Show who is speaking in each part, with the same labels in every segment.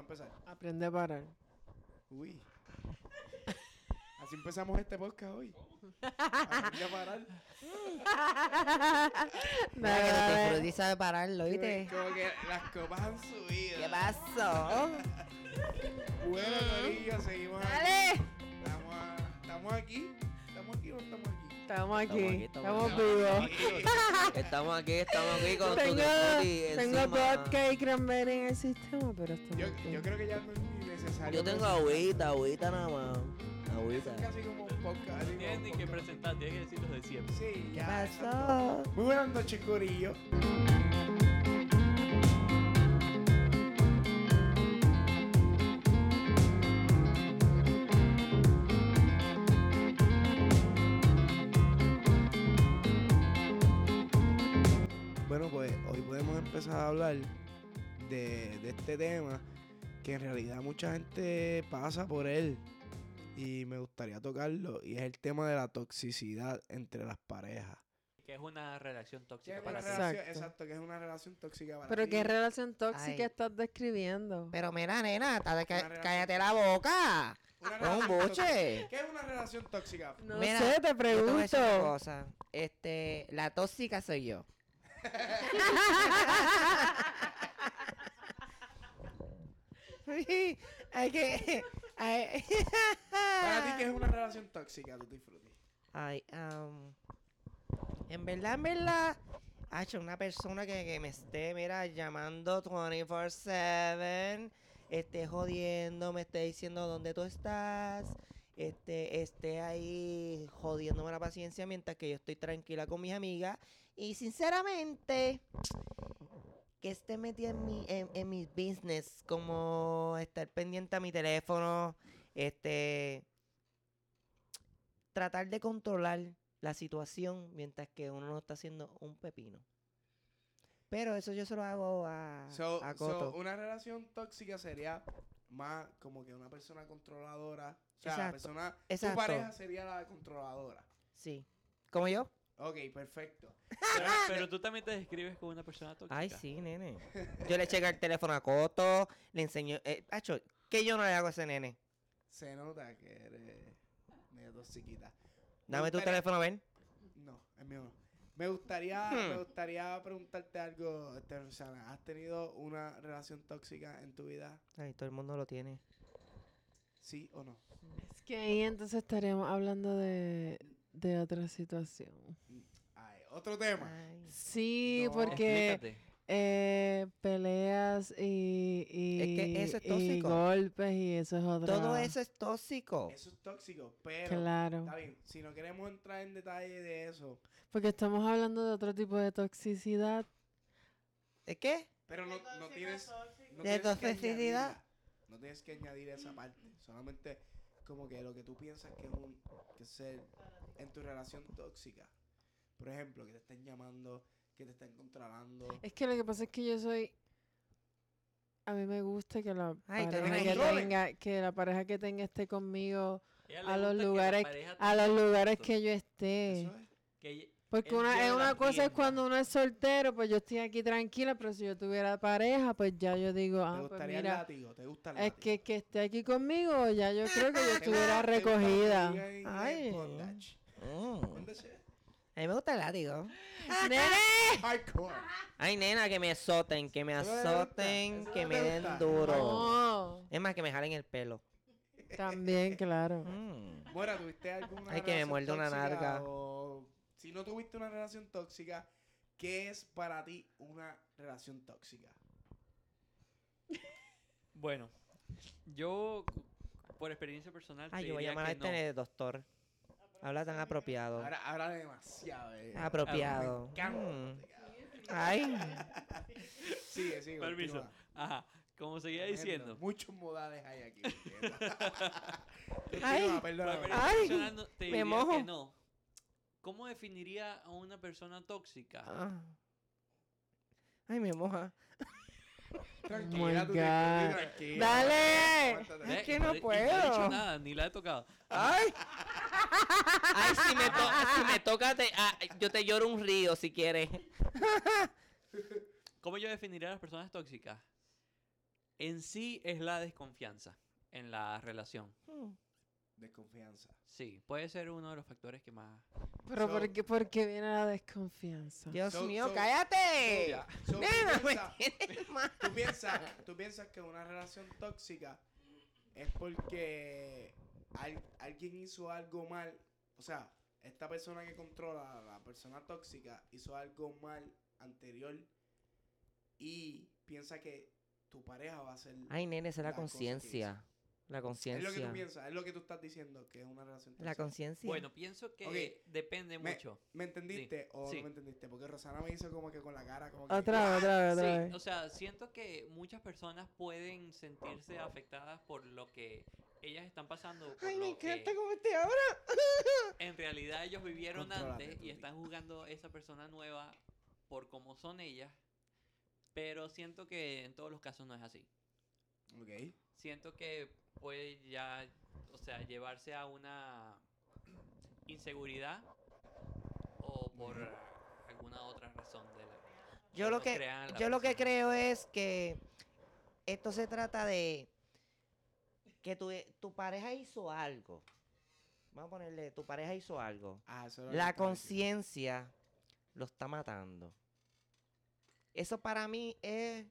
Speaker 1: empezar.
Speaker 2: Aprende a parar.
Speaker 1: Uy. Así empezamos este podcast hoy. Aprende a parar.
Speaker 2: No,
Speaker 3: Nada,
Speaker 2: no,
Speaker 3: que
Speaker 2: no.
Speaker 3: Frutti sabe pararlo, ¿viste?
Speaker 1: Como que las copas han subido.
Speaker 3: ¿Qué pasó?
Speaker 1: Bueno,
Speaker 4: Mm.
Speaker 1: Corillo, seguimos
Speaker 2: Dale.
Speaker 1: aquí. Estamos, a- estamos aquí. Estamos aquí o no estamos aquí.
Speaker 2: Estamos
Speaker 4: Estamos
Speaker 2: aquí,
Speaker 4: aquí, estamos
Speaker 2: estamos
Speaker 4: aquí.
Speaker 2: vivos.
Speaker 4: Estamos aquí, estamos aquí con
Speaker 2: Tengo,
Speaker 4: Tutti Frutti
Speaker 2: tengo
Speaker 4: encima.
Speaker 2: vodka y cranberry en el sistema, pero estamos
Speaker 1: Yo,
Speaker 2: aquí.
Speaker 1: yo creo que ya no es ni necesario.
Speaker 4: Yo tengo agüita, agüita nada más.
Speaker 1: Eso
Speaker 4: Agüita.
Speaker 1: Es casi como un podcast. así como un
Speaker 5: Tienen que
Speaker 1: podcast.
Speaker 5: presentar, tienen que decir los de siempre.
Speaker 1: Sí,
Speaker 2: ¿Qué
Speaker 1: ya. exacto.
Speaker 2: pasó?
Speaker 1: Muy buenas noches, Corillo. Bueno, pues hoy podemos empezar a hablar de, de este tema que en realidad mucha gente pasa por él y me gustaría tocarlo y es el tema de la toxicidad entre las parejas.
Speaker 5: Que es una relación
Speaker 1: Que
Speaker 5: tóxica
Speaker 1: es una
Speaker 5: para ti.
Speaker 2: Exacto.
Speaker 1: relación- exacto, que es una relación tóxica para
Speaker 2: Pero
Speaker 1: ti.
Speaker 2: qué relación tóxica
Speaker 3: Ay.
Speaker 2: estás describiendo.
Speaker 3: Pero mira, nena, ta- ca-
Speaker 1: relación.
Speaker 3: cállate la boca.
Speaker 1: Una
Speaker 3: Ah, No, un
Speaker 1: relación tóxica.
Speaker 3: boche.
Speaker 1: ¿Qué es una relación tóxica?
Speaker 2: No
Speaker 3: Mira,
Speaker 2: sé, te
Speaker 3: Yo te voy a decir una
Speaker 2: pregunto.
Speaker 3: cosa. Este, la tóxica soy yo. Ay, que. Ay,
Speaker 1: Para ti, ¿qué es una relación tóxica? Tú disfrutes.
Speaker 3: Ay, am, en verdad, en verdad, hacho, una persona que, que me esté, mira, llamando 24-7, esté jodiendo, me esté diciendo dónde tú estás, este, esté ahí jodiéndome la paciencia mientras que yo estoy tranquila con mis amigas. Y sinceramente, que esté metida en, mi, en, en mis business, como estar pendiente a mi teléfono, este tratar de controlar la situación mientras que uno no está haciendo un pepino. Pero eso yo se lo hago a,
Speaker 1: So,
Speaker 3: a
Speaker 1: so,
Speaker 3: Coto.
Speaker 1: una relación tóxica sería más como que una persona controladora. O sea, la
Speaker 3: Exacto,
Speaker 1: persona. Tu
Speaker 3: exacto.
Speaker 1: pareja sería la controladora.
Speaker 3: sí. ¿Como yo?
Speaker 1: Ok, perfecto.
Speaker 5: Pero, pero tú también te describes como una persona tóxica.
Speaker 3: Ay, sí, nene. Yo le checo el teléfono a Coto, le enseño... Eh, acho, ¿qué yo no le hago a ese nene?
Speaker 1: Se nota que eres medio toxiquita. Me
Speaker 3: Dame tu
Speaker 1: gustaría-
Speaker 3: teléfono, ven.
Speaker 1: No, el mío no. Me gustaría, me gustaría preguntarte algo, este, Rosana. ¿Has tenido una relación tóxica en tu vida?
Speaker 3: Ay, todo el mundo lo tiene.
Speaker 1: ¿Sí o no?
Speaker 2: Es que ahí entonces estaríamos hablando de, de otra situación.
Speaker 1: Ay, Ah, otro tema.
Speaker 3: Ay.
Speaker 2: Sí,
Speaker 1: No.
Speaker 2: porque
Speaker 5: Explícate.
Speaker 2: eh, peleas y, y,
Speaker 3: Es que eso es
Speaker 2: y
Speaker 3: tóxico.
Speaker 2: golpes y eso es otra.
Speaker 3: Todo eso es tóxico.
Speaker 1: Eso es tóxico, pero
Speaker 2: Ah. Claro.
Speaker 1: está bien. Si no queremos entrar en detalle de eso,
Speaker 2: Porque estamos hablando de otro tipo de toxicidad.
Speaker 3: ¿Es qué?
Speaker 1: pero no, no tienes, no
Speaker 3: De
Speaker 1: tienes que
Speaker 3: toxicidad.
Speaker 1: añadirla. No tienes que añadir esa parte. Solamente como que lo que tú piensas que es un que es el- en tu relación tóxica. Por ejemplo, que te estén llamando, que te estén controlando.
Speaker 2: Es que lo que pasa es que yo soy. A mí me gusta que la
Speaker 3: Ay, te
Speaker 2: pareja que
Speaker 1: controlen.
Speaker 2: tenga, que la pareja que tenga esté conmigo
Speaker 5: Ella le
Speaker 2: a los
Speaker 5: gusta que la
Speaker 2: lugares,
Speaker 5: pareja
Speaker 2: a los
Speaker 5: tenga
Speaker 2: lugares
Speaker 5: contacto,
Speaker 2: que yo esté.
Speaker 1: Eso es.
Speaker 5: que ella-
Speaker 2: Porque
Speaker 5: Él
Speaker 2: una,
Speaker 5: lleva
Speaker 2: es
Speaker 5: las
Speaker 2: una cosa es
Speaker 5: riendas.
Speaker 2: cuando uno es soltero, pues yo estoy aquí tranquila, pero si yo tuviera pareja, pues ya yo digo,
Speaker 1: te
Speaker 2: ah, pues
Speaker 1: gustaría el
Speaker 2: mira,
Speaker 1: látigo, te gusta el
Speaker 2: es
Speaker 1: látigo.
Speaker 2: que, que esté aquí conmigo, ya yo creo que yo
Speaker 1: ¿Te
Speaker 2: estuviera
Speaker 1: gusta- te gusta
Speaker 2: recogida.
Speaker 1: que te digan,
Speaker 3: Ay.
Speaker 1: eh, bondage?
Speaker 3: Mm.
Speaker 1: Bondage.
Speaker 3: A mí me gusta el látigo.
Speaker 2: ¡Nene!
Speaker 1: Hardcore.
Speaker 3: Ay, nena, que me azoten, que me
Speaker 1: Eso no te gusta,
Speaker 3: azoten,
Speaker 1: eso
Speaker 3: que
Speaker 1: no
Speaker 3: me
Speaker 1: te
Speaker 3: den
Speaker 1: gusta.
Speaker 3: duro.
Speaker 2: No,
Speaker 3: Es más, que me jalen el pelo.
Speaker 2: también, claro.
Speaker 3: Mm.
Speaker 1: Bueno, ¿tuviste alguna
Speaker 3: Ay, que me
Speaker 1: relación
Speaker 3: muerde una
Speaker 1: tóxica
Speaker 3: narga.
Speaker 1: o- si no tuviste una relación tóxica, ¿qué es para ti una relación tóxica?
Speaker 5: Bueno, yo cu- por experiencia personal
Speaker 3: Ay,
Speaker 5: te
Speaker 3: yo voy a
Speaker 5: diría
Speaker 3: llamar a
Speaker 5: que
Speaker 3: este
Speaker 5: no.
Speaker 3: nene, doctor. Habla tan apropiado.
Speaker 1: Ahora, ahora demasiado. eh.
Speaker 3: Apropiado.
Speaker 1: Me encanta.
Speaker 3: Mm. Ay.
Speaker 1: Sigue, sigue.
Speaker 5: Permiso.
Speaker 1: continúa.
Speaker 5: Ajá, como seguía
Speaker 1: Tremendo.
Speaker 5: diciendo.
Speaker 1: Muchos modales hay aquí.
Speaker 3: Ay.
Speaker 5: por
Speaker 1: perdón.
Speaker 5: experiencia
Speaker 3: Ay,
Speaker 5: personal no- te
Speaker 3: me
Speaker 5: diría
Speaker 3: mojo.
Speaker 5: que no. ¿Cómo definiría a una persona tóxica?
Speaker 3: Ah. Ay, me moja.
Speaker 1: Tranquila,
Speaker 2: Oh my
Speaker 1: tú
Speaker 2: God.
Speaker 1: tranquila, tranquila.
Speaker 3: Dale.
Speaker 1: Aguántate.
Speaker 5: Ve,
Speaker 3: que
Speaker 5: y e-
Speaker 3: no
Speaker 5: y he dicho
Speaker 3: puedo.
Speaker 5: nada, ni la he tocado.
Speaker 3: Ay. Ay, si me, to- si me toca, te- ah, yo te lloro un río si quieres.
Speaker 5: ¿Cómo yo definiría a las personas tóxicas? en sí es la desconfianza en la relación.
Speaker 3: Hmm.
Speaker 1: Desconfianza.
Speaker 5: Sí, puede ser uno de los factores que más...
Speaker 2: Pero
Speaker 1: So-
Speaker 2: ¿por, qué, por qué viene la desconfianza?
Speaker 3: Dios
Speaker 1: So-
Speaker 3: mío,
Speaker 1: so-
Speaker 3: cállate.
Speaker 5: Ya.
Speaker 1: So, tú
Speaker 3: Nena, me
Speaker 1: piensas-
Speaker 3: tienes mal.
Speaker 1: ¿Tú piensas, tú piensas que una relación tóxica es porque al- alguien hizo algo mal. O sea, esta persona que controla a la persona tóxica hizo algo mal anterior y piensa que tu pareja va a ser.
Speaker 3: Ay, nene, esa es la
Speaker 1: La cosa que
Speaker 3: conciencia. La
Speaker 1: es lo que tú
Speaker 3: conciencia.
Speaker 1: piensas, es lo que tú estás diciendo, que es una relación tóxica.
Speaker 3: La conciencia.
Speaker 5: Bueno, pienso que
Speaker 1: Ok,
Speaker 5: depende
Speaker 1: me-
Speaker 5: mucho.
Speaker 1: ¿Me entendiste o
Speaker 5: sí.
Speaker 1: no me entendiste? Porque Rosana me hizo como que con la cara, como que.
Speaker 2: Otra vez, otra vez, otra
Speaker 5: Sí,
Speaker 2: vez.
Speaker 5: o sea, siento que muchas personas pueden sentirse afectadas por lo que ellas están pasando. por
Speaker 3: Ay,
Speaker 5: lo
Speaker 3: me encanta
Speaker 5: que
Speaker 3: cómo te hablas.
Speaker 5: En realidad ellos vivieron
Speaker 1: Contrólate,
Speaker 5: antes y
Speaker 1: Tuti.
Speaker 5: están juzgando a esa persona nueva por cómo son ellas. Pero siento que en todos los casos no es así.
Speaker 1: Ok.
Speaker 5: Siento que puede ya, o sea, llevarse a una inseguridad o por alguna otra razón de la
Speaker 3: Yo lo
Speaker 5: no
Speaker 3: que,
Speaker 5: crean la
Speaker 3: yo lo que
Speaker 5: persona.
Speaker 3: creo es que esto se trata de que tu, tu pareja hizo algo. Vamos a ponerle, tu pareja hizo algo.
Speaker 1: Ah, eso era lo que
Speaker 3: La
Speaker 1: estaba diciendo.
Speaker 3: conciencia lo está matando. Eso para mí es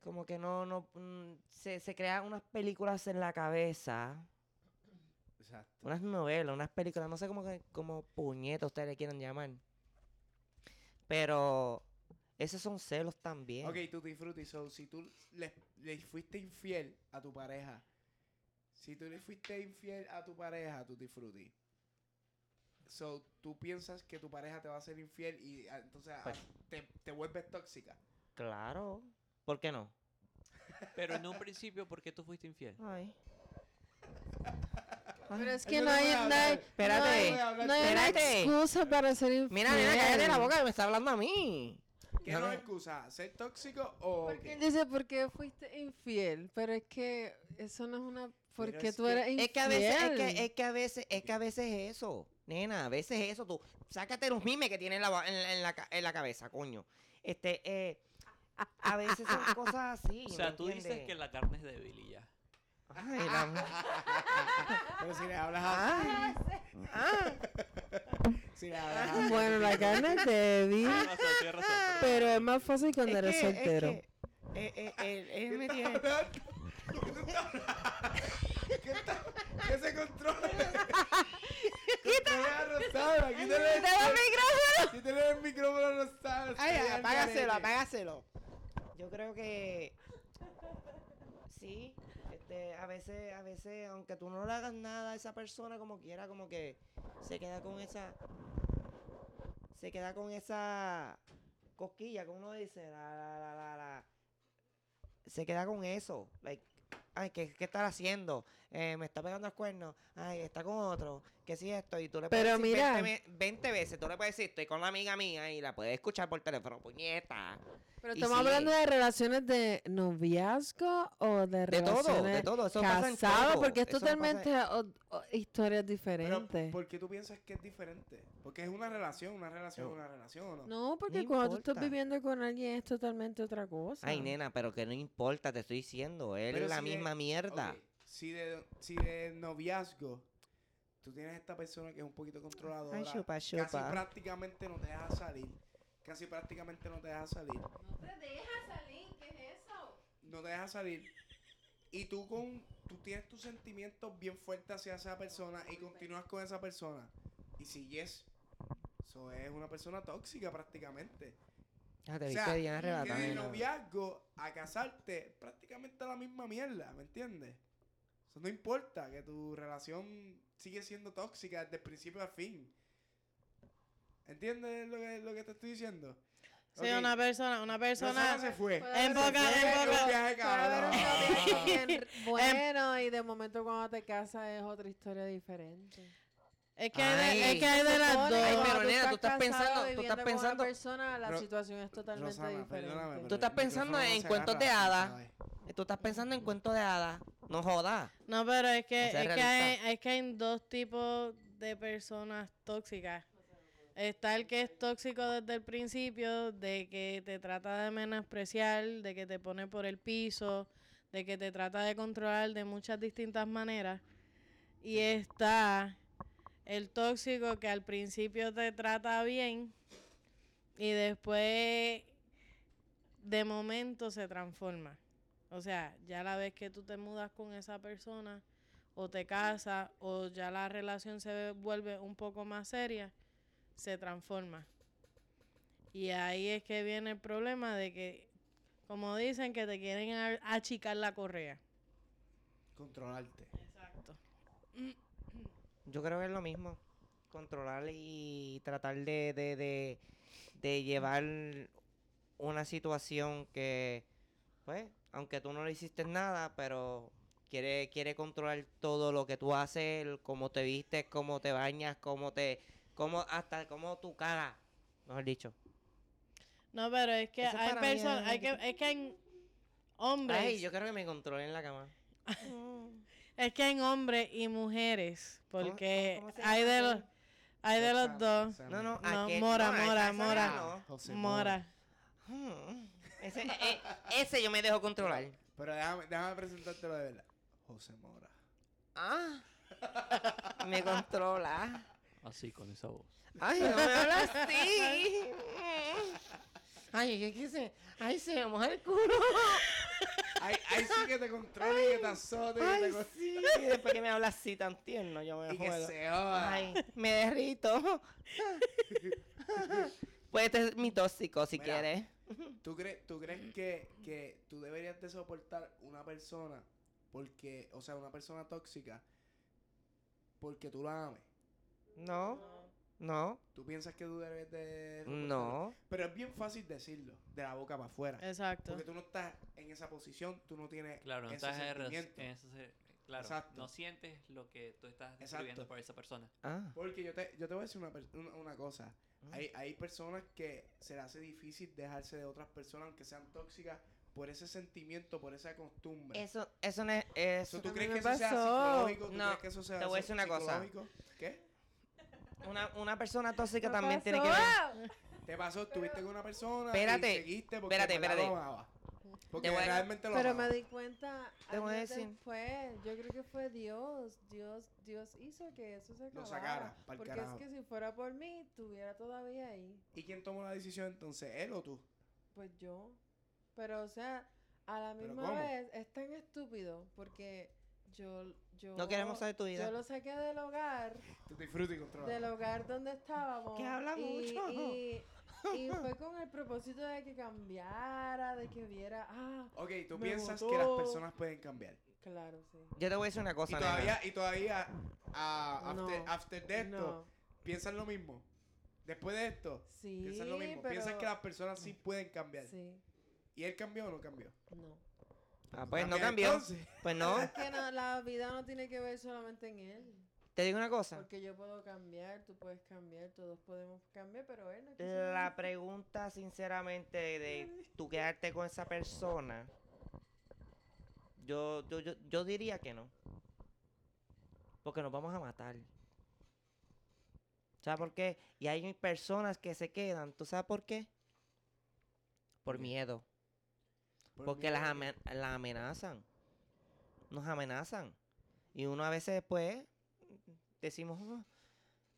Speaker 3: como que no, no, mm, se, se crean unas películas en la cabeza,
Speaker 1: Exacto.
Speaker 3: unas novelas, unas películas, no sé cómo, que- cómo puñetas ustedes le quieran llamar. Pero esos son celos también.
Speaker 1: Ok, Tutti Frutti, so, si tú le, le fuiste infiel a tu pareja, si tú le fuiste infiel a tu pareja, Tutti Frutti, so, tú piensas que tu pareja te va a ser infiel y ah, entonces ah,
Speaker 3: Pues-
Speaker 1: te, te vuelves tóxica.
Speaker 3: Claro. ¿Por qué no?
Speaker 5: Pero en un principio, ¿por qué tú fuiste infiel?
Speaker 3: Ay.
Speaker 2: Pero es que
Speaker 1: Yo
Speaker 2: no hay,
Speaker 1: puedo
Speaker 2: no hay-
Speaker 1: hablar.
Speaker 3: Espérate,
Speaker 2: no hay-
Speaker 1: Yo puedo hablar,
Speaker 2: no hay una
Speaker 3: espérate.
Speaker 2: excusa para ser infiel.
Speaker 3: Mira, nena, cállate la boca que me está hablando a mí.
Speaker 1: ¿Qué
Speaker 3: Ya
Speaker 1: no
Speaker 3: ve.
Speaker 1: es excusa? ¿Ser tóxico o
Speaker 2: Porque
Speaker 1: qué?
Speaker 2: él dice, ¿por qué fuiste infiel? Pero es que eso no es una... ¿Por
Speaker 1: Pero
Speaker 2: qué
Speaker 1: es
Speaker 2: tú
Speaker 1: que-
Speaker 2: eres infiel?
Speaker 3: Es que a veces, es que, es que a veces, es que a veces es eso. Nena, a veces es eso. Tú, sácate los mimes que tienes en la, ba- en, la- en la, ca- en la cabeza, coño. Este, eh, a veces son cosas así.
Speaker 5: O sea,
Speaker 3: ¿me
Speaker 5: tú dices
Speaker 3: entiendes?
Speaker 5: que la carne es débil y ya.
Speaker 3: Ay, la mu-
Speaker 1: Pero si le hablas a...
Speaker 3: Ay, ah,
Speaker 1: Si le hablas a-
Speaker 2: Bueno, la gana es débil,
Speaker 5: Tienes razón, Ah, tienes razón, perdón.
Speaker 2: pero es más fácil cuando
Speaker 3: es
Speaker 2: eres
Speaker 3: que- es
Speaker 2: soltero.
Speaker 3: que, eh, eh, él- él me tiene-
Speaker 1: ¿Qué, está- qué se controla? Controla a Rosana, quítale
Speaker 3: ¡Te da mi
Speaker 1: Quítale el micrófono a Rosana.
Speaker 3: Ay,
Speaker 1: estoy al
Speaker 3: apágaselo,
Speaker 1: garete.
Speaker 3: apágaselo. Yo creo que sí, este, a veces, a veces, aunque tú no le hagas nada a esa persona como quiera, como que se queda con esa, se queda con esa cosquilla, como uno dice, la, la, la, la, la. se queda con eso, like, ay, ¿qué, qué estar haciendo? Eh, me está pegando el cuerno, ay, está con otro, que si esto, y tú le
Speaker 2: Pero
Speaker 3: decir
Speaker 2: mira.
Speaker 3: 20, ve- 20 veces, tú le puedes decir, estoy con la amiga mía y la puedes escuchar por teléfono, puñeta.
Speaker 2: Pero
Speaker 3: Y
Speaker 2: estamos
Speaker 3: sí.
Speaker 2: hablando de relaciones de noviazgo o de
Speaker 3: De todo,
Speaker 2: relaciones
Speaker 3: de todo, eso pasa en
Speaker 2: casadas,
Speaker 3: todo,
Speaker 2: porque es
Speaker 3: eso pasa en-
Speaker 2: totalmente o- o- historias
Speaker 1: Pero,
Speaker 2: diferentes.
Speaker 1: ¿por qué tú piensas que es diferente? Porque es una relación, una relación, una relación, ¿o no?
Speaker 2: no, porque
Speaker 3: No
Speaker 2: cuando tú
Speaker 3: importa.
Speaker 2: estás viviendo con alguien es totalmente otra cosa.
Speaker 3: Ay, nena, pero que no importa, te estoy diciendo. Él
Speaker 1: Pero
Speaker 3: es la
Speaker 1: si de-
Speaker 3: misma mierda.
Speaker 1: Ok, Si, de, si de noviazgo tú tienes esta persona que es un poquito controladora,
Speaker 3: Ay, chupa,
Speaker 1: casi
Speaker 3: chupa.
Speaker 1: prácticamente no te deja salir, casi prácticamente no te deja salir,
Speaker 6: No te deja salir, ¿qué es eso?
Speaker 1: no te deja salir, y tú con tú tienes tus sentimientos bien fuertes hacia esa persona y continúas con esa persona, y sigues, eso es una persona tóxica prácticamente.
Speaker 3: Ah, te
Speaker 1: O
Speaker 3: viste
Speaker 1: sea,
Speaker 3: bien
Speaker 1: Que
Speaker 3: arrebatada.
Speaker 1: de
Speaker 3: nena.
Speaker 1: noviazgo a casarte, prácticamente la misma mierda, ¿me entiendes? O sea, no importa que tu relación sigue siendo tóxica desde el principio al fin. ¿Entiendes lo que, lo que te estoy diciendo?
Speaker 7: Sí, una persona, una
Speaker 1: persona
Speaker 7: persona.
Speaker 1: se fue.
Speaker 2: Puede haber
Speaker 7: En
Speaker 2: un
Speaker 7: poca- en
Speaker 2: noviazgo-
Speaker 1: Fue un
Speaker 7: poca-
Speaker 1: viaje,
Speaker 2: puede haber un
Speaker 1: cabrón.
Speaker 2: noviazgo bien Bueno, y de momento cuando te casas es otra historia diferente.
Speaker 7: Es que hay de,
Speaker 3: Ay.
Speaker 7: es que hay de las
Speaker 2: Supone
Speaker 7: dos.
Speaker 2: que
Speaker 3: Ay,
Speaker 2: cuando
Speaker 3: pero nena, tú estás
Speaker 2: casado
Speaker 3: pensando- tú
Speaker 2: viviendo
Speaker 3: estás
Speaker 2: con una
Speaker 3: pensando-
Speaker 2: persona, la
Speaker 1: Ro-
Speaker 2: situación es totalmente
Speaker 1: Rosana, perdóname,
Speaker 2: diferente.
Speaker 1: pero
Speaker 3: estás
Speaker 1: el
Speaker 3: pensando
Speaker 1: micrófono no
Speaker 3: en
Speaker 1: se
Speaker 3: cuentos de
Speaker 1: agarra,
Speaker 3: hadas.
Speaker 1: ¿sabes?
Speaker 3: Tú estás pensando en cuento de hadas. No jodas.
Speaker 7: No, pero es que,
Speaker 3: O sea,
Speaker 7: es, que
Speaker 3: realista.
Speaker 7: hay, es que hay dos tipos de personas tóxicas. Está el que es tóxico desde el principio, de que te trata de menospreciar, de que te pone por el piso, de que te trata de controlar de muchas distintas maneras. Y está el tóxico que al principio te trata bien y después de momento se transforma. O sea, ya la vez que tú te mudas con esa persona o te casas o ya la relación se ve- vuelve un poco más seria, se transforma. Y ahí es que viene el problema de que, como dicen, que te quieren a- achicar la correa.
Speaker 1: Controlarte.
Speaker 7: Exacto.
Speaker 3: Yo creo que es lo mismo. Controlar y tratar de, de, de, de llevar una situación que, pues, aunque tú no le hiciste nada, pero quiere, quiere controlar todo lo que tú haces, el cómo te vistes, cómo te bañas, cómo te, cómo, hasta cómo tu cara, mejor dicho.
Speaker 7: No, pero es que
Speaker 3: Eso
Speaker 7: hay
Speaker 3: para mí es
Speaker 7: personas, hay que,
Speaker 3: algo
Speaker 7: es que en hombres,
Speaker 3: Ay, yo creo que me controlé en la cama.
Speaker 7: es que en hombres y mujeres,
Speaker 3: cómo-
Speaker 7: porque
Speaker 3: cómo se
Speaker 7: hay
Speaker 3: llama
Speaker 7: de
Speaker 3: aquel?
Speaker 7: los, hay de los dos,
Speaker 1: Roxana.
Speaker 3: No, no,
Speaker 7: No,
Speaker 3: aquel-
Speaker 7: Mora,
Speaker 3: esa-
Speaker 7: Mora,
Speaker 3: esa
Speaker 7: Mora.
Speaker 3: no.
Speaker 1: Ah, José
Speaker 7: Mora.
Speaker 3: Hmm, Ese, e- ese yo me dejo controlar.
Speaker 1: Pero déjame, déjame presentártelo de verdad. José Mora.
Speaker 3: Ah. Me controla.
Speaker 5: Así, con esa voz.
Speaker 3: Ay, no me hablas así. Ay, ¿qué quise? Ay, se me moja el culo.
Speaker 1: Ahí, ahí sí que te controle y que te azote y que te
Speaker 3: Ay,
Speaker 1: co-
Speaker 3: sí. Y después que me hablas así tan tierno, yo me
Speaker 1: y que
Speaker 3: juego.
Speaker 1: se joda.
Speaker 3: Ay, me derrito. Pues este es mi tóxico, si
Speaker 1: Mira.
Speaker 3: quieres.
Speaker 1: ¿Tú, crees- tú crees que, que tú deberías de soportar una persona porque, o sea, una persona tóxica porque tú la ames?
Speaker 3: No, no,
Speaker 1: ¿Tú piensas que tú debes de... soportarla?
Speaker 3: no.
Speaker 1: Pero es bien fácil decirlo, de la boca para afuera.
Speaker 7: Exacto.
Speaker 1: Porque tú no estás en esa posición, tú no tienes
Speaker 5: Claro, no
Speaker 1: ese
Speaker 5: estás en re-
Speaker 1: sentimiento.
Speaker 5: en ese se- Claro,
Speaker 1: Exacto.
Speaker 5: no sientes lo que tú estás
Speaker 1: Exacto.
Speaker 5: describiendo por esa persona.
Speaker 3: Ah.
Speaker 1: Porque yo te, yo te voy a decir una, per- una, una cosa.
Speaker 3: Mm.
Speaker 1: Hay, hay personas que se les hace difícil dejarse de otras personas, aunque sean tóxicas, por ese sentimiento, por esa costumbre.
Speaker 3: Eso, eso no es. Eso
Speaker 1: So, ¿Tú
Speaker 3: a mí
Speaker 1: crees que
Speaker 3: me
Speaker 1: eso sea
Speaker 3: pasó.
Speaker 1: psicológico? ¿Tú
Speaker 3: No,
Speaker 1: crees que eso sea
Speaker 3: te voy a
Speaker 1: psi-
Speaker 3: decir una cosa.
Speaker 1: psicológico? ¿Qué?
Speaker 3: Una, una persona tóxica
Speaker 2: ¿Qué
Speaker 3: también tiene que
Speaker 2: pasó?
Speaker 3: ver.
Speaker 1: ¿Te pasó? ¿Estuviste con una persona?
Speaker 3: Espérate,
Speaker 1: Y seguiste porque
Speaker 3: espérate,
Speaker 1: en verdad
Speaker 3: espérate.
Speaker 1: lo amaba. Porque
Speaker 3: Te voy a-
Speaker 1: realmente lo
Speaker 2: Pero
Speaker 1: amaba.
Speaker 2: me di cuenta
Speaker 3: Te voy a
Speaker 2: años
Speaker 3: decir.
Speaker 2: después. Yo creo que fue Dios. Dios, Dios hizo que eso se acabara.
Speaker 1: Lo sacara, pa'l
Speaker 2: Porque
Speaker 1: carajo.
Speaker 2: es que si fuera por mí, estuviera todavía ahí.
Speaker 1: ¿Y quién tomó la decisión entonces? ¿Él o tú?
Speaker 2: Pues yo. Pero, o sea, a la
Speaker 1: ¿Pero
Speaker 2: misma
Speaker 1: cómo?
Speaker 2: vez es tan estúpido porque yo, yo...
Speaker 3: No queremos saber tu vida.
Speaker 2: Yo lo saqué del hogar,
Speaker 1: Tú disfrutas y controlas.
Speaker 2: del hogar donde estábamos.
Speaker 3: Que habla
Speaker 2: y-
Speaker 3: mucho.
Speaker 2: Y, y fue con el propósito de que cambiara, de que viera... Ah,
Speaker 1: Ok, tú
Speaker 2: Me
Speaker 1: piensas que
Speaker 2: botó.
Speaker 1: las personas pueden cambiar.
Speaker 2: claro, sí.
Speaker 3: Yo te voy a decir una
Speaker 1: Y
Speaker 3: cosa, nena.
Speaker 1: todavía, y todavía ah, after,
Speaker 2: No,
Speaker 1: after de esto,
Speaker 2: No,
Speaker 1: piensan lo mismo. Después de esto,
Speaker 2: sí,
Speaker 1: piensan lo mismo.
Speaker 2: pero...
Speaker 1: Piensan que las personas sí pueden cambiar.
Speaker 2: Sí,
Speaker 1: ¿Y él cambió o no cambió?
Speaker 2: no.
Speaker 3: Ah, pues no
Speaker 1: Cambia
Speaker 3: cambió.
Speaker 1: entonces.
Speaker 3: Pues no.
Speaker 2: Es que no, la vida no tiene que ver solamente en él.
Speaker 3: Te digo una cosa.
Speaker 2: Porque yo puedo cambiar, tú puedes cambiar, todos podemos cambiar, pero él no quiso
Speaker 3: La pregunta, sinceramente, de tú quedarte con esa persona, yo, yo, yo, yo diría que no. Porque nos vamos a matar. ¿Sabes por qué? Y hay personas que se quedan. ¿Tú sabes por qué? Por miedo.
Speaker 1: Por
Speaker 3: Porque
Speaker 1: miedo
Speaker 3: las,
Speaker 1: a que-
Speaker 3: amen- las amenazan. Nos amenazan. Y uno a veces después decimos, "Ah,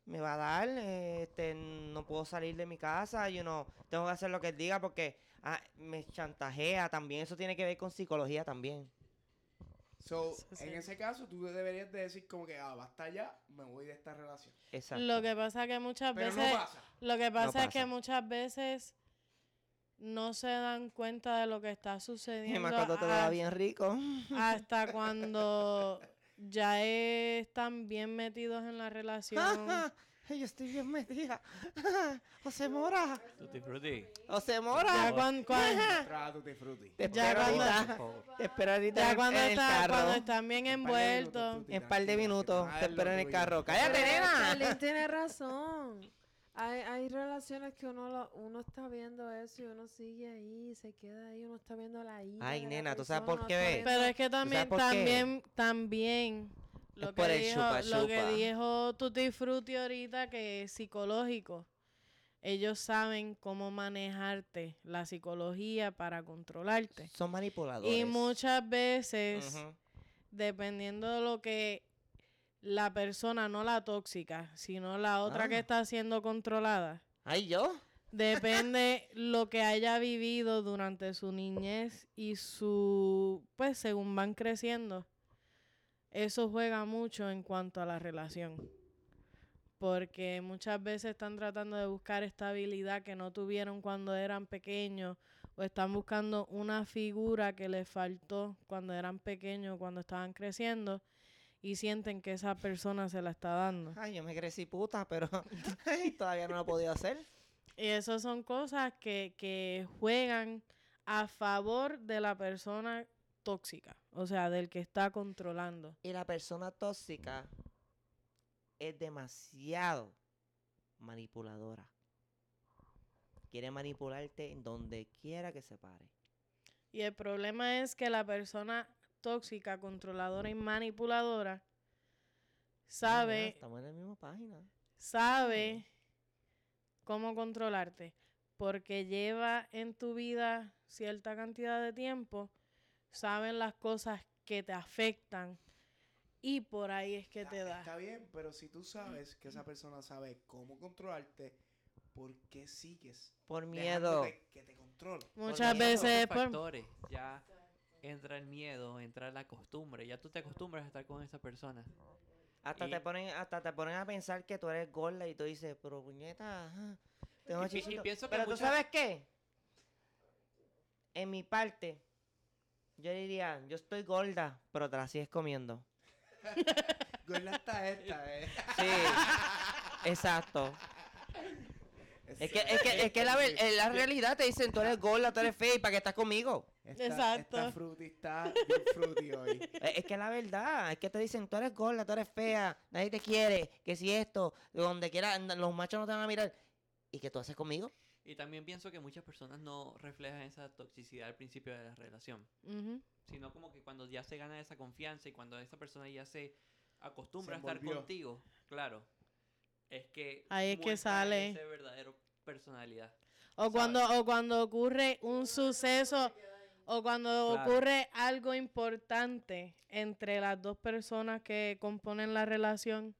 Speaker 3: me va a dar, eh, este, no puedo salir de mi casa, yo no, tengo que hacer lo que él diga porque ah, me chantajea también. Eso tiene que ver con psicología también.
Speaker 1: So,
Speaker 7: Sí, sí.
Speaker 1: en ese caso, tú deberías de decir como que, ah, basta ya, me voy de esta relación.
Speaker 3: Exacto.
Speaker 7: Lo que pasa que muchas
Speaker 1: Pero
Speaker 7: veces...
Speaker 1: no pasa.
Speaker 7: Lo que pasa es que
Speaker 3: pasa.
Speaker 7: muchas veces no se dan cuenta de lo que está
Speaker 3: y
Speaker 7: sucediendo.
Speaker 3: más cuando te va
Speaker 7: has-
Speaker 3: bien rico.
Speaker 7: Hasta cuando ya están bien metidos en la relación.
Speaker 3: Yo estoy bien metida. José Mora.
Speaker 5: Tutti frutti.
Speaker 3: José
Speaker 7: ya
Speaker 3: Mora.
Speaker 7: cuan- cuan-
Speaker 1: Traga tutti frutti.
Speaker 3: Ah. Te
Speaker 7: ya
Speaker 3: espero
Speaker 7: cuando-
Speaker 3: ahorita. Te espero ahorita
Speaker 7: ya
Speaker 3: en-
Speaker 7: cuando,
Speaker 3: en el
Speaker 7: está-
Speaker 3: carro.
Speaker 7: cuando están bien
Speaker 1: En par de minutos,
Speaker 7: envueltos.
Speaker 1: tutti,
Speaker 3: En un par de
Speaker 1: tranquila, que
Speaker 3: minutos,
Speaker 1: nada
Speaker 3: te
Speaker 1: es lo
Speaker 3: espero en el
Speaker 1: tuyo.
Speaker 3: carro.
Speaker 2: Pero
Speaker 3: ¡Cállate, nena!
Speaker 2: Charlene tiene razón. Hay, hay relaciones que uno lo- uno está viendo eso y uno sigue ahí, se queda ahí, uno está viendo la ira
Speaker 3: Ay,
Speaker 2: de la
Speaker 3: nena, ¿tú sabes
Speaker 2: persona,
Speaker 3: por
Speaker 2: uno
Speaker 3: qué
Speaker 2: está
Speaker 3: ve?
Speaker 2: viendo-
Speaker 7: Pero es que también,
Speaker 3: por qué?
Speaker 7: también, también
Speaker 3: Es
Speaker 7: lo que,
Speaker 3: por el
Speaker 7: dijo,
Speaker 3: chupa
Speaker 7: lo que
Speaker 3: chupa.
Speaker 7: dijo Tutti Frutti ahorita que es psicológico. ellos saben cómo manejarte la psicología para controlarte.
Speaker 3: Son manipuladores.
Speaker 7: Este. Y muchas veces,
Speaker 3: Ujú.
Speaker 7: dependiendo de lo que la persona, no la tóxica, sino la otra que
Speaker 3: Ah.
Speaker 7: está siendo controlada,
Speaker 3: Ay, yo.
Speaker 7: Depende lo que haya vivido durante su niñez y su, pues según van creciendo, eso juega mucho en cuanto a la relación. Porque muchas veces están tratando de buscar estabilidad que no tuvieron cuando eran pequeños o están buscando una figura que les faltó cuando eran pequeños, cuando estaban creciendo y sienten que esa persona se la está dando.
Speaker 3: Ay, yo me crecí puta, pero ay, todavía no lo he podido hacer.
Speaker 7: Y esas son cosas que, que juegan a favor de la persona tóxica, o sea, del que está controlando.
Speaker 3: Y la persona tóxica es demasiado manipuladora. Quiere manipularte en donde quiera que se pare.
Speaker 7: Y el problema es que la persona tóxica, controladora y manipuladora
Speaker 3: Ay,
Speaker 7: sabe,
Speaker 3: mira, Estamos en la misma página.
Speaker 7: sabe cómo controlarte, porque lleva en tu vida cierta cantidad de tiempo, saben las cosas que te afectan y por ahí es que te da.
Speaker 1: Está bien, pero si tú sabes que esa persona sabe cómo controlarte, ¿por qué sigues
Speaker 3: Por miedo.
Speaker 1: dejándote que te controle?
Speaker 7: Muchas
Speaker 3: miedo.
Speaker 7: veces
Speaker 5: Otros
Speaker 7: es por...
Speaker 5: factores, ya entra el miedo, entra la costumbre, ya tú te acostumbras a estar con esa persona.
Speaker 3: Hasta
Speaker 5: Y-
Speaker 3: te ponen, hasta te ponen a pensar que tú eres gorda y tú dices, pero puñeta, ajá, tengo
Speaker 5: Y pi- y
Speaker 3: chichito".
Speaker 5: pienso que
Speaker 3: Pero tú
Speaker 5: muchas-
Speaker 3: sabes qué? En mi parte, yo diría, yo estoy gorda, pero te la sigues comiendo.
Speaker 1: Gorda está esta, eh.
Speaker 3: Sí. Exacto. Es que, es que, es que la, ver- eh, la realidad te dicen, tú eres gorda, tú eres fea, ¿y para qué estás conmigo?
Speaker 1: Esta-
Speaker 7: Exacto.
Speaker 1: Esta fruti está bien fruti hoy.
Speaker 3: Eh, Es que la verdad, es que te dicen, tú eres gorda, tú eres fea, nadie te quiere, que si esto, donde quiera, n- los machos no te van a mirar. ¿Y qué tú haces conmigo?
Speaker 5: Y también pienso que muchas personas no reflejan esa toxicidad al principio de la relación,
Speaker 7: Ujú.
Speaker 5: sino como que cuando ya se gana esa confianza y cuando esa persona ya se
Speaker 1: Se
Speaker 5: acostumbra a estar
Speaker 1: envolvió.
Speaker 5: contigo, claro, es que
Speaker 7: Ahí es que
Speaker 5: muestran
Speaker 7: sale.
Speaker 5: ese verdadero personalidad.
Speaker 7: O cuando, o cuando ocurre un suceso, o cuando
Speaker 5: Claro.
Speaker 7: ocurre algo importante entre las dos personas que componen la relación,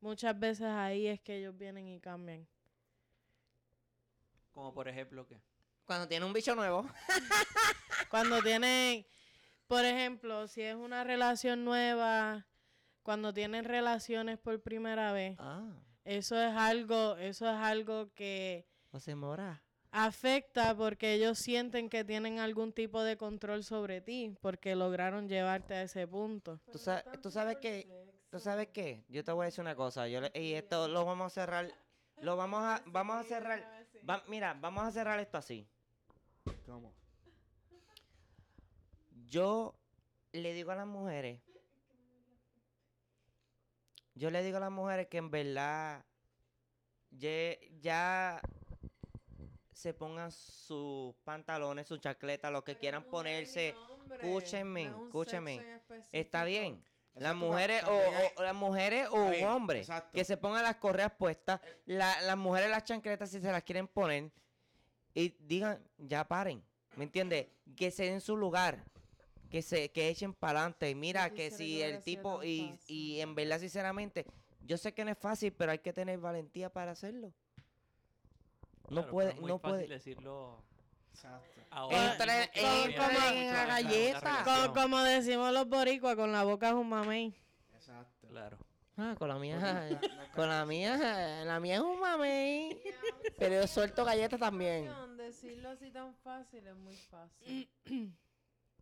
Speaker 7: muchas veces ahí es que ellos vienen y cambian.
Speaker 5: Como por ejemplo que
Speaker 3: Cuando tiene un bicho nuevo.
Speaker 7: Cuando tienen, por ejemplo, si es una relación nueva, cuando tienen relaciones por primera vez,
Speaker 3: Ah,
Speaker 7: eso es algo, eso es algo que
Speaker 3: José Mora.
Speaker 7: afecta porque ellos sienten que tienen algún tipo de control sobre ti, porque lograron llevarte a ese punto.
Speaker 2: Pues
Speaker 3: Tú sa- tú sabes que- ¿Tú sabes qué? Yo te voy a decir una cosa. Yo le- y esto lo vamos a cerrar. Lo vamos a,
Speaker 2: Pues
Speaker 3: vamos a cerrar. va- mira, vamos a cerrar esto así.
Speaker 1: ¿Cómo?
Speaker 3: Yo le digo a las mujeres. Yo le digo a las mujeres que en verdad ye- ya se pongan sus pantalones, sus chacletas, lo que quieran ponerse. escúchenme, escúchenme, Está bien. Las
Speaker 1: Exacto,
Speaker 3: mujeres o,
Speaker 1: también hay-
Speaker 3: o- las mujeres o
Speaker 1: Está
Speaker 3: un
Speaker 1: bien,
Speaker 3: hombre
Speaker 1: exacto.
Speaker 3: que se pongan las correas puestas, la- las mujeres las chancletas si se las quieren poner y digan, ya paren, ¿me entiendes? Que se den su lugar, que se que echen para adelante. Mira que
Speaker 2: quisiera
Speaker 3: si
Speaker 2: que
Speaker 3: el
Speaker 2: hubiera sido
Speaker 3: tipo
Speaker 2: tan
Speaker 3: y,
Speaker 2: fácil.
Speaker 3: y en verdad sinceramente, yo sé que no es fácil, pero hay que tener valentía para hacerlo. No
Speaker 5: claro, pero
Speaker 3: puede,
Speaker 5: es muy
Speaker 3: no
Speaker 5: fácil
Speaker 3: puede.
Speaker 5: decirlo
Speaker 1: Exacto.
Speaker 5: ahora
Speaker 3: Entra-
Speaker 5: mismo que ya
Speaker 7: entra
Speaker 5: llevas
Speaker 7: en
Speaker 5: mucho
Speaker 3: la
Speaker 5: tiempo en
Speaker 3: galleta.
Speaker 5: relación.
Speaker 1: Ah,
Speaker 7: Como, como decimos los boricuas, con la boca es un mamey.
Speaker 1: Exacto.
Speaker 5: Claro.
Speaker 3: Ah, con la mía,
Speaker 1: Porque la- la-
Speaker 3: con la mía, la mía es un mamey. Pero yo suelto galletas también.
Speaker 2: Decirlo así tan fácil es muy fácil.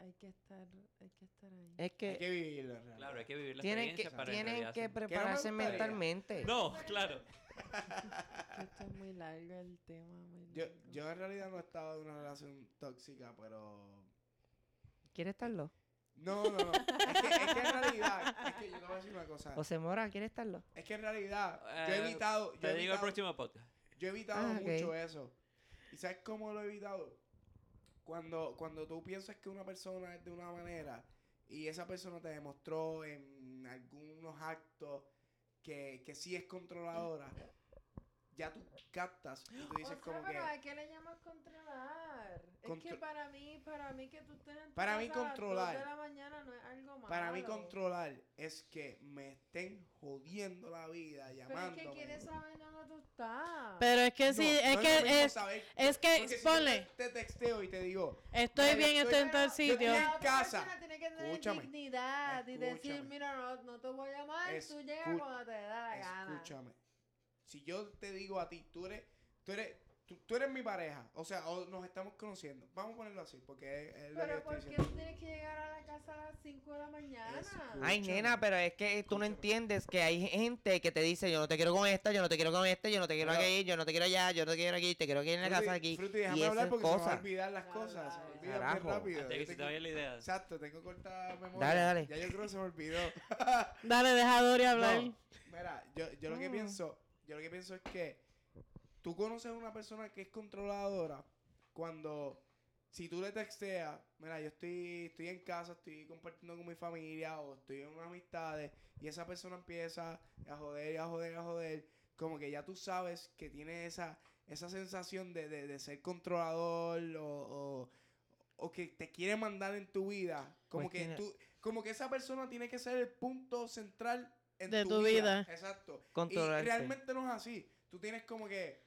Speaker 2: hay que estar, hay que estar ahí.
Speaker 3: Es que
Speaker 1: Hay que vivirlo en realidad.
Speaker 5: Claro, hay que vivir la
Speaker 3: Tienen que,
Speaker 5: experiencia para en
Speaker 3: tienen
Speaker 5: realidad
Speaker 3: que
Speaker 5: hacer-
Speaker 3: prepararse
Speaker 1: gustaría.
Speaker 3: mentalmente.
Speaker 5: No, claro.
Speaker 2: Que Esto es muy largo el tema. muy
Speaker 1: Yo,
Speaker 2: largo.
Speaker 1: yo en realidad no he estado en una relación tóxica, pero...
Speaker 3: ¿Quiere estarlo?
Speaker 1: No, no, no. Es que, es que en realidad... Es que yo te voy a decir una cosa.
Speaker 3: José Mora, ¿quiere estarlo?
Speaker 1: Es que en realidad yo he
Speaker 5: Eh,
Speaker 1: evitado... Yo
Speaker 5: Te
Speaker 1: he
Speaker 5: digo
Speaker 1: evitado-
Speaker 5: el próximo podcast.
Speaker 1: Yo he evitado
Speaker 3: Ah, ok.
Speaker 1: mucho eso. ¿Y sabes cómo lo he evitado? Cuando, cuando tú piensas que una persona es de una manera y esa persona te demostró en algunos actos que, que sí es controladora, ya tú captas y tú dices
Speaker 2: o sea,
Speaker 1: como
Speaker 2: pero
Speaker 1: que...
Speaker 2: ¿a qué le llamas controlar? es que
Speaker 1: Contro-
Speaker 2: para mí, para mí que tú estés en tu
Speaker 1: Para mí
Speaker 2: casa a las dos
Speaker 1: controlar.
Speaker 2: de la mañana no es algo malo.
Speaker 1: Para mí controlar es que me estén jodiendo la vida,
Speaker 2: Pero es
Speaker 1: llamándome.
Speaker 2: que quieres saber dónde tú estás.
Speaker 7: Pero es que
Speaker 1: No,
Speaker 7: sí,
Speaker 1: no
Speaker 7: es
Speaker 1: lo mismo
Speaker 7: que es,
Speaker 1: saber-
Speaker 7: es que,
Speaker 1: porque si yo
Speaker 7: ponle,
Speaker 1: te texteo y te digo,
Speaker 7: estoy
Speaker 1: mira, yo
Speaker 7: bien,
Speaker 1: estoy-
Speaker 7: estoy en tal
Speaker 2: Pero
Speaker 1: yo
Speaker 7: sitio.
Speaker 1: tenía-
Speaker 2: la
Speaker 1: en
Speaker 2: otra
Speaker 1: casa.
Speaker 2: persona tiene que tener
Speaker 1: Escúchame,
Speaker 2: dignidad y decir,
Speaker 1: escúchame.
Speaker 2: mira, no, no te voy a llamar, tú llegas
Speaker 1: Escu-
Speaker 2: cuando te da la gana.
Speaker 1: Escúchame. Si yo te digo a ti, tú eres, tú eres, tú, tú eres mi pareja, o sea, o nos estamos conociendo. Vamos a ponerlo así, porque es, es lo que yo
Speaker 2: Pero
Speaker 1: estoy
Speaker 2: ¿por qué
Speaker 1: diciendo.
Speaker 2: tú tienes que llegar a la casa a las 5 de la mañana?
Speaker 1: Escu-
Speaker 3: Ay,
Speaker 1: Escúchame.
Speaker 3: nena, pero es que tú no
Speaker 1: Escúchame.
Speaker 3: entiendes que hay gente que te dice, yo no te quiero con esta, yo no te quiero con este, yo no te quiero
Speaker 1: Claro.
Speaker 3: aquí, yo no te quiero allá, yo no te quiero aquí, te quiero aquí en la
Speaker 1: Fruity,
Speaker 3: casa aquí.
Speaker 1: Fruity,
Speaker 3: y
Speaker 1: déjame
Speaker 3: eso
Speaker 1: hablar
Speaker 3: es
Speaker 1: porque se me va a
Speaker 3: cosa.
Speaker 1: olvidar las
Speaker 2: Dale,
Speaker 1: cosas. Se me
Speaker 2: dale.
Speaker 1: olvida
Speaker 3: Carajo.
Speaker 1: bien rápido.
Speaker 5: Antes
Speaker 1: Yo
Speaker 5: que se te
Speaker 1: tengo-
Speaker 5: vaya la idea.
Speaker 1: Exacto, tengo corta memoria.
Speaker 3: Dale, dale.
Speaker 1: Ya yo creo que se me olvidó.
Speaker 7: Dale, deja a Dory hablar.
Speaker 1: No, mira, yo, yo lo que
Speaker 7: Mm.
Speaker 1: pienso, yo lo que pienso es que tú conoces a una persona que es controladora cuando si tú le texteas, mira, yo estoy, estoy en casa, estoy compartiendo con mi familia o estoy en unas amistades y esa persona empieza a joder, y a joder, y a joder, como que ya tú sabes que tiene esa, esa sensación de, de- de ser controlador o, o- o que te quiere mandar en tu vida, como
Speaker 3: Pues
Speaker 1: que
Speaker 3: tiene-
Speaker 1: tú, como que esa persona tiene que ser el punto central en
Speaker 7: De tu vida.
Speaker 1: Exacto.
Speaker 3: Controlarte.
Speaker 1: Y realmente no es así. Tú tienes como que.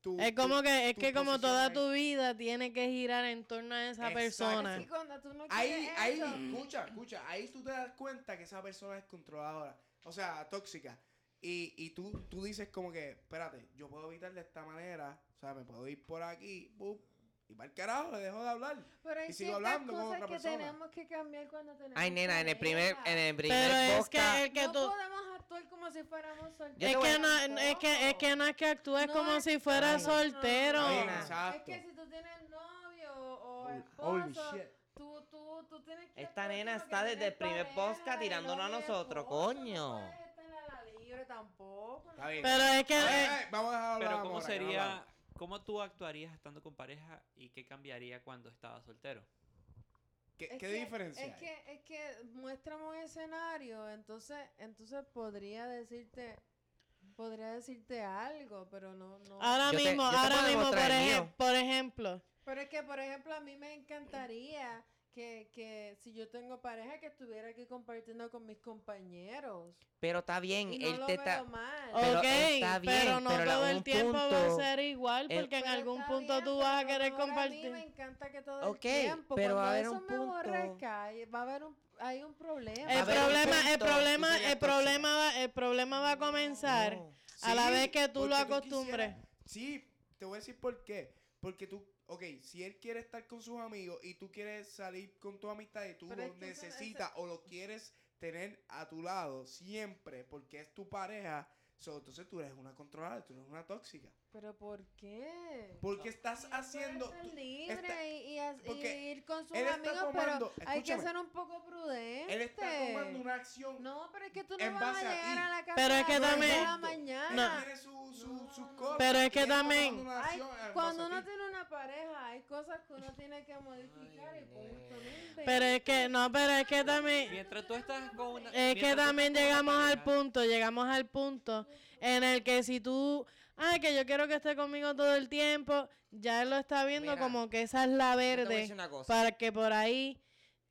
Speaker 1: tu-
Speaker 7: Es como
Speaker 1: tu-
Speaker 7: que, es
Speaker 1: tu
Speaker 7: que como toda
Speaker 1: posición
Speaker 7: tu vida tiene que girar en torno a esa
Speaker 1: Exacto.
Speaker 2: Pero
Speaker 7: persona.
Speaker 2: si cuando tú no
Speaker 1: Ahí,
Speaker 2: quieres
Speaker 1: ahí,
Speaker 2: eso-
Speaker 1: escucha, escucha. Ahí tú te das cuenta que esa persona es controladora. O sea, tóxica. Y, y tú, tú dices como que, espérate, yo puedo evitar de esta manera. O sea, me puedo ir por aquí. pum, y para el carajo, le dejo de hablar.
Speaker 2: Pero hay
Speaker 1: y sigo
Speaker 2: ciertas
Speaker 1: hablando con
Speaker 2: cosas
Speaker 1: otra
Speaker 2: que
Speaker 1: persona.
Speaker 2: tenemos que cambiar cuando tenemos
Speaker 3: Ay, nena, en el primer,
Speaker 2: pareja.
Speaker 3: en el primer
Speaker 7: Pero es que
Speaker 3: podcast-
Speaker 7: el que
Speaker 2: no
Speaker 7: tú...
Speaker 2: podemos actuar como si fuéramos solteros.
Speaker 3: Yo
Speaker 7: Es
Speaker 3: te voy
Speaker 7: que,
Speaker 3: a-
Speaker 7: no, no, es, que, es que no es que actúes
Speaker 2: No
Speaker 7: como
Speaker 2: es-
Speaker 7: si fuera
Speaker 3: Ay,
Speaker 7: soltero.
Speaker 3: no,
Speaker 1: Ahí,
Speaker 2: Es
Speaker 1: exacto.
Speaker 2: que si tú tienes novio o
Speaker 1: Holy- holy
Speaker 2: esposo,
Speaker 1: shit.
Speaker 2: tú, tú, tú tienes que...
Speaker 3: Esta
Speaker 2: actuar
Speaker 3: nena
Speaker 2: como que
Speaker 3: está desde
Speaker 2: tienes
Speaker 3: el primer
Speaker 2: pareja
Speaker 3: podcast
Speaker 2: y
Speaker 3: tirándonos a
Speaker 2: novio y
Speaker 3: nosotros,
Speaker 2: esposo,
Speaker 3: coño.
Speaker 2: No puedes estar a la libre tampoco.
Speaker 1: Está bien.
Speaker 7: Pero es que...
Speaker 1: Ay,
Speaker 7: eh,
Speaker 1: ay, vamos a dejar hablar
Speaker 5: Pero
Speaker 1: a
Speaker 5: ¿cómo
Speaker 1: Mora, que no
Speaker 5: sería,
Speaker 1: hablamos.
Speaker 5: cómo tú actuarías estando con pareja y qué cambiaría cuando estabas soltero?
Speaker 1: ¿Qué,
Speaker 2: Es
Speaker 1: qué
Speaker 2: que-
Speaker 1: diferencia?
Speaker 2: Es
Speaker 1: hay?
Speaker 2: que, es que muéstrame un escenario, entonces, entonces podría decirte, podría decirte algo, pero no, no.
Speaker 7: Ahora
Speaker 3: Yo te-
Speaker 7: mismo,
Speaker 3: yo te
Speaker 7: ahora
Speaker 3: puedo
Speaker 7: mismo, por,
Speaker 3: demostrar el
Speaker 7: ejem-
Speaker 3: mío.
Speaker 7: por ejemplo.
Speaker 2: Pero es que, por ejemplo, a mí me encantaría que, que si yo tengo pareja que estuviera aquí compartiendo con mis compañeros.
Speaker 3: Pero está bien,
Speaker 2: Y no
Speaker 3: él
Speaker 2: lo
Speaker 3: te
Speaker 2: veo
Speaker 3: está...
Speaker 2: mal.
Speaker 3: Pero
Speaker 7: ok,
Speaker 3: está
Speaker 7: pero
Speaker 3: bien,
Speaker 7: no
Speaker 3: pero en
Speaker 7: todo el
Speaker 3: algún
Speaker 7: tiempo va a
Speaker 3: punto,
Speaker 7: ser igual
Speaker 3: el-
Speaker 7: porque en
Speaker 2: Pero
Speaker 7: algún
Speaker 2: está
Speaker 7: punto
Speaker 2: bien,
Speaker 7: tú vas a
Speaker 2: pero
Speaker 7: querer
Speaker 2: mejor A mí
Speaker 7: compartir.
Speaker 2: me encanta que todo
Speaker 3: Ok,
Speaker 2: el tiempo.
Speaker 3: pero va a
Speaker 2: cuando
Speaker 3: haber
Speaker 2: eso
Speaker 3: un
Speaker 2: me
Speaker 3: punto.
Speaker 2: aborrezca, y va a haber un, hay un problema.
Speaker 3: Va a
Speaker 7: El
Speaker 3: haber un
Speaker 7: problema, el
Speaker 3: punto, tú
Speaker 7: problema,
Speaker 3: serías
Speaker 7: el problema va, el problema va a comenzar
Speaker 3: No.
Speaker 7: a la
Speaker 1: Sí,
Speaker 7: vez que tú lo
Speaker 1: porque
Speaker 7: acostumbres.
Speaker 1: quisieras- sí, te voy a decir por qué. Porque tú, ok, si él quiere estar con sus amigos y tú quieres salir con tu amistad y tú
Speaker 2: Pero
Speaker 1: lo
Speaker 2: es que eso-
Speaker 1: necesitas o lo quieres tener a tu lado siempre porque es tu pareja, so, entonces tú eres una controlada, tú eres una tóxica.
Speaker 2: Pero ¿por qué?
Speaker 1: Porque estás
Speaker 2: Él puede
Speaker 1: haciendo...
Speaker 2: ser
Speaker 1: tú-
Speaker 2: libre
Speaker 1: está-
Speaker 2: y, y as- y
Speaker 1: porque
Speaker 2: ir con sus
Speaker 1: él está
Speaker 2: amigos,
Speaker 1: tomando-
Speaker 2: pero hay que
Speaker 1: escúchame,
Speaker 2: ser un poco prudente.
Speaker 1: él está tomando una acción.
Speaker 2: No, pero es que tú
Speaker 1: en
Speaker 2: no vas a
Speaker 1: base a
Speaker 2: llegar
Speaker 1: ti.
Speaker 2: a, la casa
Speaker 7: Pero es que
Speaker 2: a las
Speaker 7: también-
Speaker 2: diez de la
Speaker 1: Exacto. Él
Speaker 2: mañana.
Speaker 1: tiene su, su,
Speaker 2: No,
Speaker 1: sus
Speaker 2: no,
Speaker 1: cosas,
Speaker 7: Pero es
Speaker 1: y
Speaker 7: que
Speaker 1: él está
Speaker 7: también-
Speaker 1: tomando una
Speaker 2: Ay,
Speaker 1: acción en base
Speaker 2: cuando
Speaker 1: a
Speaker 2: uno
Speaker 1: ti.
Speaker 2: tiene una pareja, hay cosas que uno tiene que modificar y punto. no inventes.
Speaker 7: Pero es que, no, pero es que también,
Speaker 5: Mientras tú estás con una...
Speaker 7: Es que
Speaker 5: mientras tú
Speaker 7: también
Speaker 5: estás con una
Speaker 7: llegamos al
Speaker 5: pareja-
Speaker 7: punto, llegamos al punto en el que si tú, ay, que yo quiero que esté conmigo todo el tiempo, ya él lo está viendo
Speaker 3: Mira,
Speaker 7: como que esa es
Speaker 3: Yo
Speaker 7: la
Speaker 3: te voy a
Speaker 7: verde,
Speaker 3: decir una cosa.
Speaker 7: para que por ahí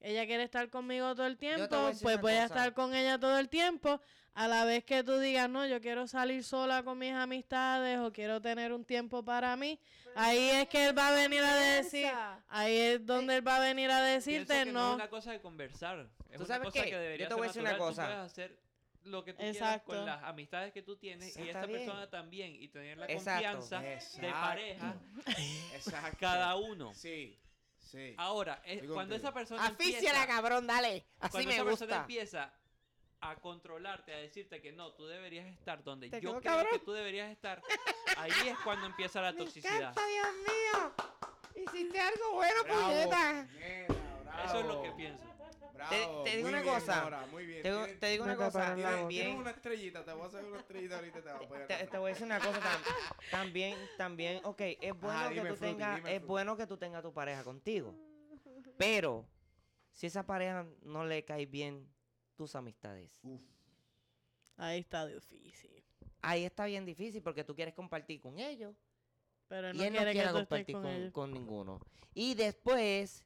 Speaker 7: ella quiere estar conmigo todo el tiempo,
Speaker 3: decir
Speaker 7: pues
Speaker 3: una
Speaker 7: voy a
Speaker 3: cosa.
Speaker 7: estar con ella todo el tiempo, a la vez que tú digas, no, yo quiero salir sola con mis amistades o quiero tener un tiempo para mí, ahí es que él va a venir a decir,
Speaker 2: Piensa.
Speaker 7: ahí es donde él va a venir a
Speaker 5: Pienso
Speaker 7: decirte,
Speaker 5: que no. es una cosa de conversar. Es
Speaker 3: ¿Tú
Speaker 5: una
Speaker 3: sabes
Speaker 5: cosa
Speaker 3: qué?
Speaker 5: que
Speaker 3: Yo
Speaker 5: debería
Speaker 3: te voy a
Speaker 5: ser
Speaker 3: decir una
Speaker 5: natural.
Speaker 3: cosa.
Speaker 5: Tú puedes hacer lo que tú quieras
Speaker 7: Exacto.
Speaker 5: con las amistades que tú tienes
Speaker 3: Eso
Speaker 5: y
Speaker 3: está
Speaker 5: esta
Speaker 3: bien.
Speaker 5: persona también y tener la
Speaker 3: Exacto.
Speaker 5: confianza de
Speaker 1: Exacto.
Speaker 5: pareja
Speaker 1: Exacto.
Speaker 5: cada uno.
Speaker 1: Sí, sí.
Speaker 5: Ahora, eh,
Speaker 1: Estoy contigo.
Speaker 5: cuando esa persona empieza,
Speaker 3: Afíciala, cabrón, dale. Así
Speaker 5: cuando
Speaker 3: me
Speaker 5: esa persona
Speaker 3: gusta.
Speaker 5: empieza a controlarte, a decirte que no, tú deberías estar donde
Speaker 3: Te
Speaker 5: yo
Speaker 3: quedó
Speaker 5: creo que
Speaker 3: cabrón.
Speaker 5: tú deberías estar, ahí es cuando empieza la toxicidad.
Speaker 3: Dios mío. Hiciste algo bueno,
Speaker 1: Bravo, nena, bravo.
Speaker 5: Eso es lo que pienso.
Speaker 1: Bravo,
Speaker 3: te digo
Speaker 1: muy
Speaker 3: una
Speaker 1: bien,
Speaker 3: cosa.
Speaker 1: Nora, muy bien.
Speaker 3: Te, digo-
Speaker 1: Tienes-
Speaker 3: te digo una
Speaker 7: Me
Speaker 3: cosa.
Speaker 7: taparon la
Speaker 1: tienes-
Speaker 7: boca.
Speaker 3: También.
Speaker 1: tienes una estrellita, te voy a hacer una estrellita ahorita y te voy a poner.
Speaker 3: Te, te voy a decir una cosa tam- también, también, ok, es bueno
Speaker 1: Ajá,
Speaker 3: que
Speaker 1: dime,
Speaker 3: tú
Speaker 1: Fruity,
Speaker 3: tengas,
Speaker 1: dime,
Speaker 3: es
Speaker 1: Fruity.
Speaker 3: bueno que tú tengas tu pareja contigo, pero si esa pareja no le cae bien tus amistades,
Speaker 7: ahí está difícil.
Speaker 3: ahí está bien difícil porque tú quieres compartir con ellos.
Speaker 7: Pero él
Speaker 3: Y
Speaker 7: no
Speaker 3: él no
Speaker 7: quiere que
Speaker 3: quiere
Speaker 7: tú estés
Speaker 3: compartir
Speaker 7: con,
Speaker 3: con,
Speaker 7: ellos.
Speaker 3: con ninguno. Y después,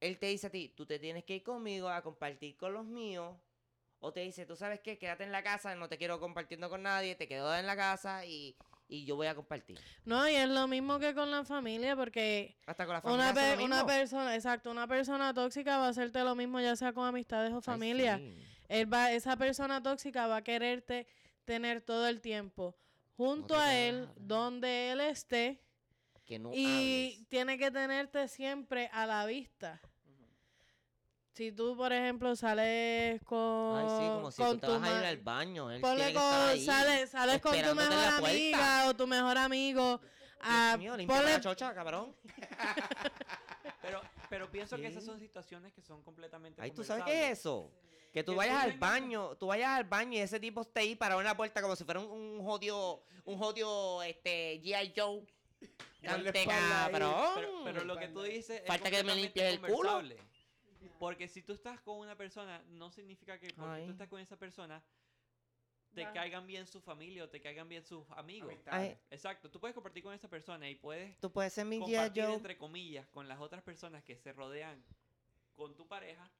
Speaker 3: él te dice a ti, tú te tienes que ir conmigo a compartir con los míos. O te dice, tú sabes qué, quédate en la casa, no te quiero compartiendo con nadie, te quedo en la casa y, y yo voy a compartir.
Speaker 7: No, y es lo mismo que con la familia, porque
Speaker 3: Hasta con la familia.
Speaker 7: una,
Speaker 3: hace
Speaker 7: pe-
Speaker 3: lo
Speaker 7: una
Speaker 3: mismo.
Speaker 7: persona, exacto, una persona tóxica va a hacerte lo mismo, ya sea con amistades o
Speaker 3: Ay,
Speaker 7: familia.
Speaker 3: sí.
Speaker 7: Él va, esa persona tóxica va a quererte tener todo el tiempo junto
Speaker 3: te
Speaker 7: a
Speaker 3: cabe
Speaker 7: él,
Speaker 3: hablar.
Speaker 7: donde él esté,
Speaker 3: Que no
Speaker 7: y
Speaker 3: hables.
Speaker 7: tiene que tenerte siempre a la vista. Si tú, por ejemplo, sales con,
Speaker 3: Ay, sí, como si
Speaker 7: con
Speaker 3: tú te vas a ir
Speaker 7: ma-
Speaker 3: al baño. Él
Speaker 7: ponle
Speaker 3: tiene que
Speaker 7: con-
Speaker 3: estar ahí,
Speaker 7: sales, sales con tu
Speaker 3: esperándote en la
Speaker 7: mejor
Speaker 3: puerta.
Speaker 7: amiga o tu mejor amigo. ah,
Speaker 3: Dios mío, límpiame
Speaker 7: ponle,
Speaker 3: la chocha, cabrón.
Speaker 5: Pero, pero pienso que esas
Speaker 3: Sí.
Speaker 5: son situaciones que son completamente.
Speaker 3: Ay, ¿tú sabes qué es
Speaker 5: conversables.
Speaker 3: eso? Que tú
Speaker 5: Que
Speaker 3: vayas
Speaker 5: tú
Speaker 3: al
Speaker 5: tengas-
Speaker 3: baño, tú vayas al baño y ese tipo esté ahí parado en la puerta como si fuera un, un jodido, un jodido, este, G.I. Joe. Cante
Speaker 1: espalda ahí.
Speaker 3: cabrón.
Speaker 5: Pero, pero lo que tú dices. es
Speaker 3: Falta que me
Speaker 5: completamente
Speaker 3: limpies el culo.
Speaker 5: conversable. Porque si tú estás con una persona, no significa que porque
Speaker 3: Ay.
Speaker 5: tú estás con esa persona te
Speaker 7: Va.
Speaker 5: caigan bien su familia o te caigan bien sus amigos.
Speaker 3: Ay,
Speaker 5: Exacto, tú puedes compartir con esa persona y puedes
Speaker 3: tú puedes ser mi G.I.
Speaker 5: compartir
Speaker 3: Joe.
Speaker 5: entre comillas con las otras personas que se rodean con tu pareja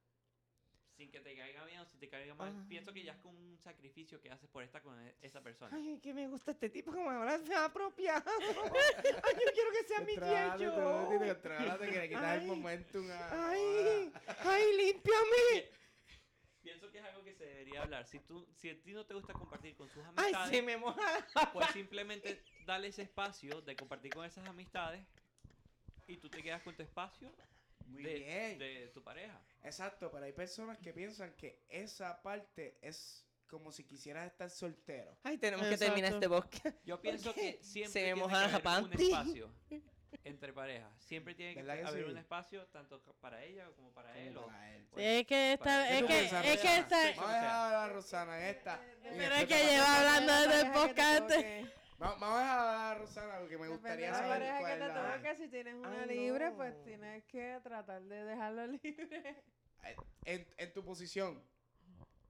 Speaker 5: sin que te caiga bien o si te caiga mal.
Speaker 3: Ajá.
Speaker 5: Pienso que ya es como un sacrificio que haces por estar con e- esa persona.
Speaker 3: Ay, que me gusta este tipo, como ahora se ha apropiado. Ay, yo quiero que sea mi
Speaker 1: Contrólate,
Speaker 3: G.I.
Speaker 1: contrólate,
Speaker 3: Joe.
Speaker 1: contrólate, que le quitas el
Speaker 3: Ay.
Speaker 1: momentum a-
Speaker 3: Ay, ay, límpiame.
Speaker 5: Pienso que es algo que se debería hablar. Si, tú, si a ti no te gusta compartir con sus
Speaker 3: Ay,
Speaker 5: amistades,
Speaker 3: se me moja
Speaker 5: pues simplemente dale ese espacio de compartir con esas amistades y tú te quedas con tu espacio
Speaker 1: Muy
Speaker 5: de,
Speaker 1: bien.
Speaker 5: de tu pareja.
Speaker 1: Exacto, pero hay personas que piensan que esa parte es como si quisieras estar soltero.
Speaker 3: Ay, tenemos que terminar este
Speaker 7: Exacto.
Speaker 3: bosque.
Speaker 5: Yo pienso que
Speaker 3: qué?
Speaker 5: siempre
Speaker 3: Se me
Speaker 5: tiene que
Speaker 3: mojaron la
Speaker 5: haber un
Speaker 3: panty.
Speaker 5: espacio entre parejas. Siempre tiene que
Speaker 1: ¿Verdad que
Speaker 5: haber
Speaker 1: sí?
Speaker 5: un espacio tanto ca- para ella como para él. o-
Speaker 1: Para él.
Speaker 5: pues,
Speaker 7: es que esta,
Speaker 5: para-
Speaker 7: es
Speaker 1: Tú
Speaker 7: que,
Speaker 1: pensando
Speaker 7: es que
Speaker 1: ya.
Speaker 7: esta,
Speaker 5: Sí.
Speaker 1: Vamos a dejar hablar a Rosana en esta.
Speaker 7: Pero es que lleva hablando desde el podcast antes.
Speaker 1: Va- Vamos a dejar hablar a Rosana porque me
Speaker 2: Depende de
Speaker 1: gustaría
Speaker 2: la
Speaker 1: saber
Speaker 2: pareja que
Speaker 1: cuál
Speaker 2: te
Speaker 1: es la-
Speaker 2: toca, si tienes una
Speaker 3: Ay,
Speaker 2: libre,
Speaker 3: no.
Speaker 2: pues tienes que tratar de dejarlo libre.
Speaker 1: En, en tu posición,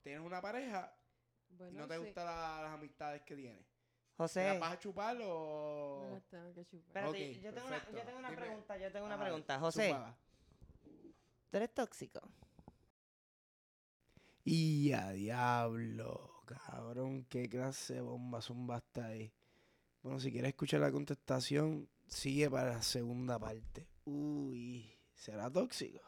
Speaker 1: tienes una pareja y
Speaker 2: Bueno,
Speaker 1: no te
Speaker 2: sí,
Speaker 1: gustan la- las amistades que tienes. ¿Te
Speaker 3: José.
Speaker 1: ¿Las vas a chupar
Speaker 2: me
Speaker 1: o...? Ah,
Speaker 2: las tengo que chupar.
Speaker 3: Espérate,
Speaker 1: Ok,
Speaker 3: yo, tengo una, yo
Speaker 1: perfecto.
Speaker 3: tengo una
Speaker 1: Dime.
Speaker 3: pregunta, yo tengo una
Speaker 1: Ajá,
Speaker 3: pregunta. José,
Speaker 1: chúpala.
Speaker 3: ¿tú eres tóxico?
Speaker 1: Y a diablo, cabrón, qué clase de bomba zumba está ahí. Bueno, si quieres escuchar la contestación, sigue para la segunda parte. Uy, será tóxico.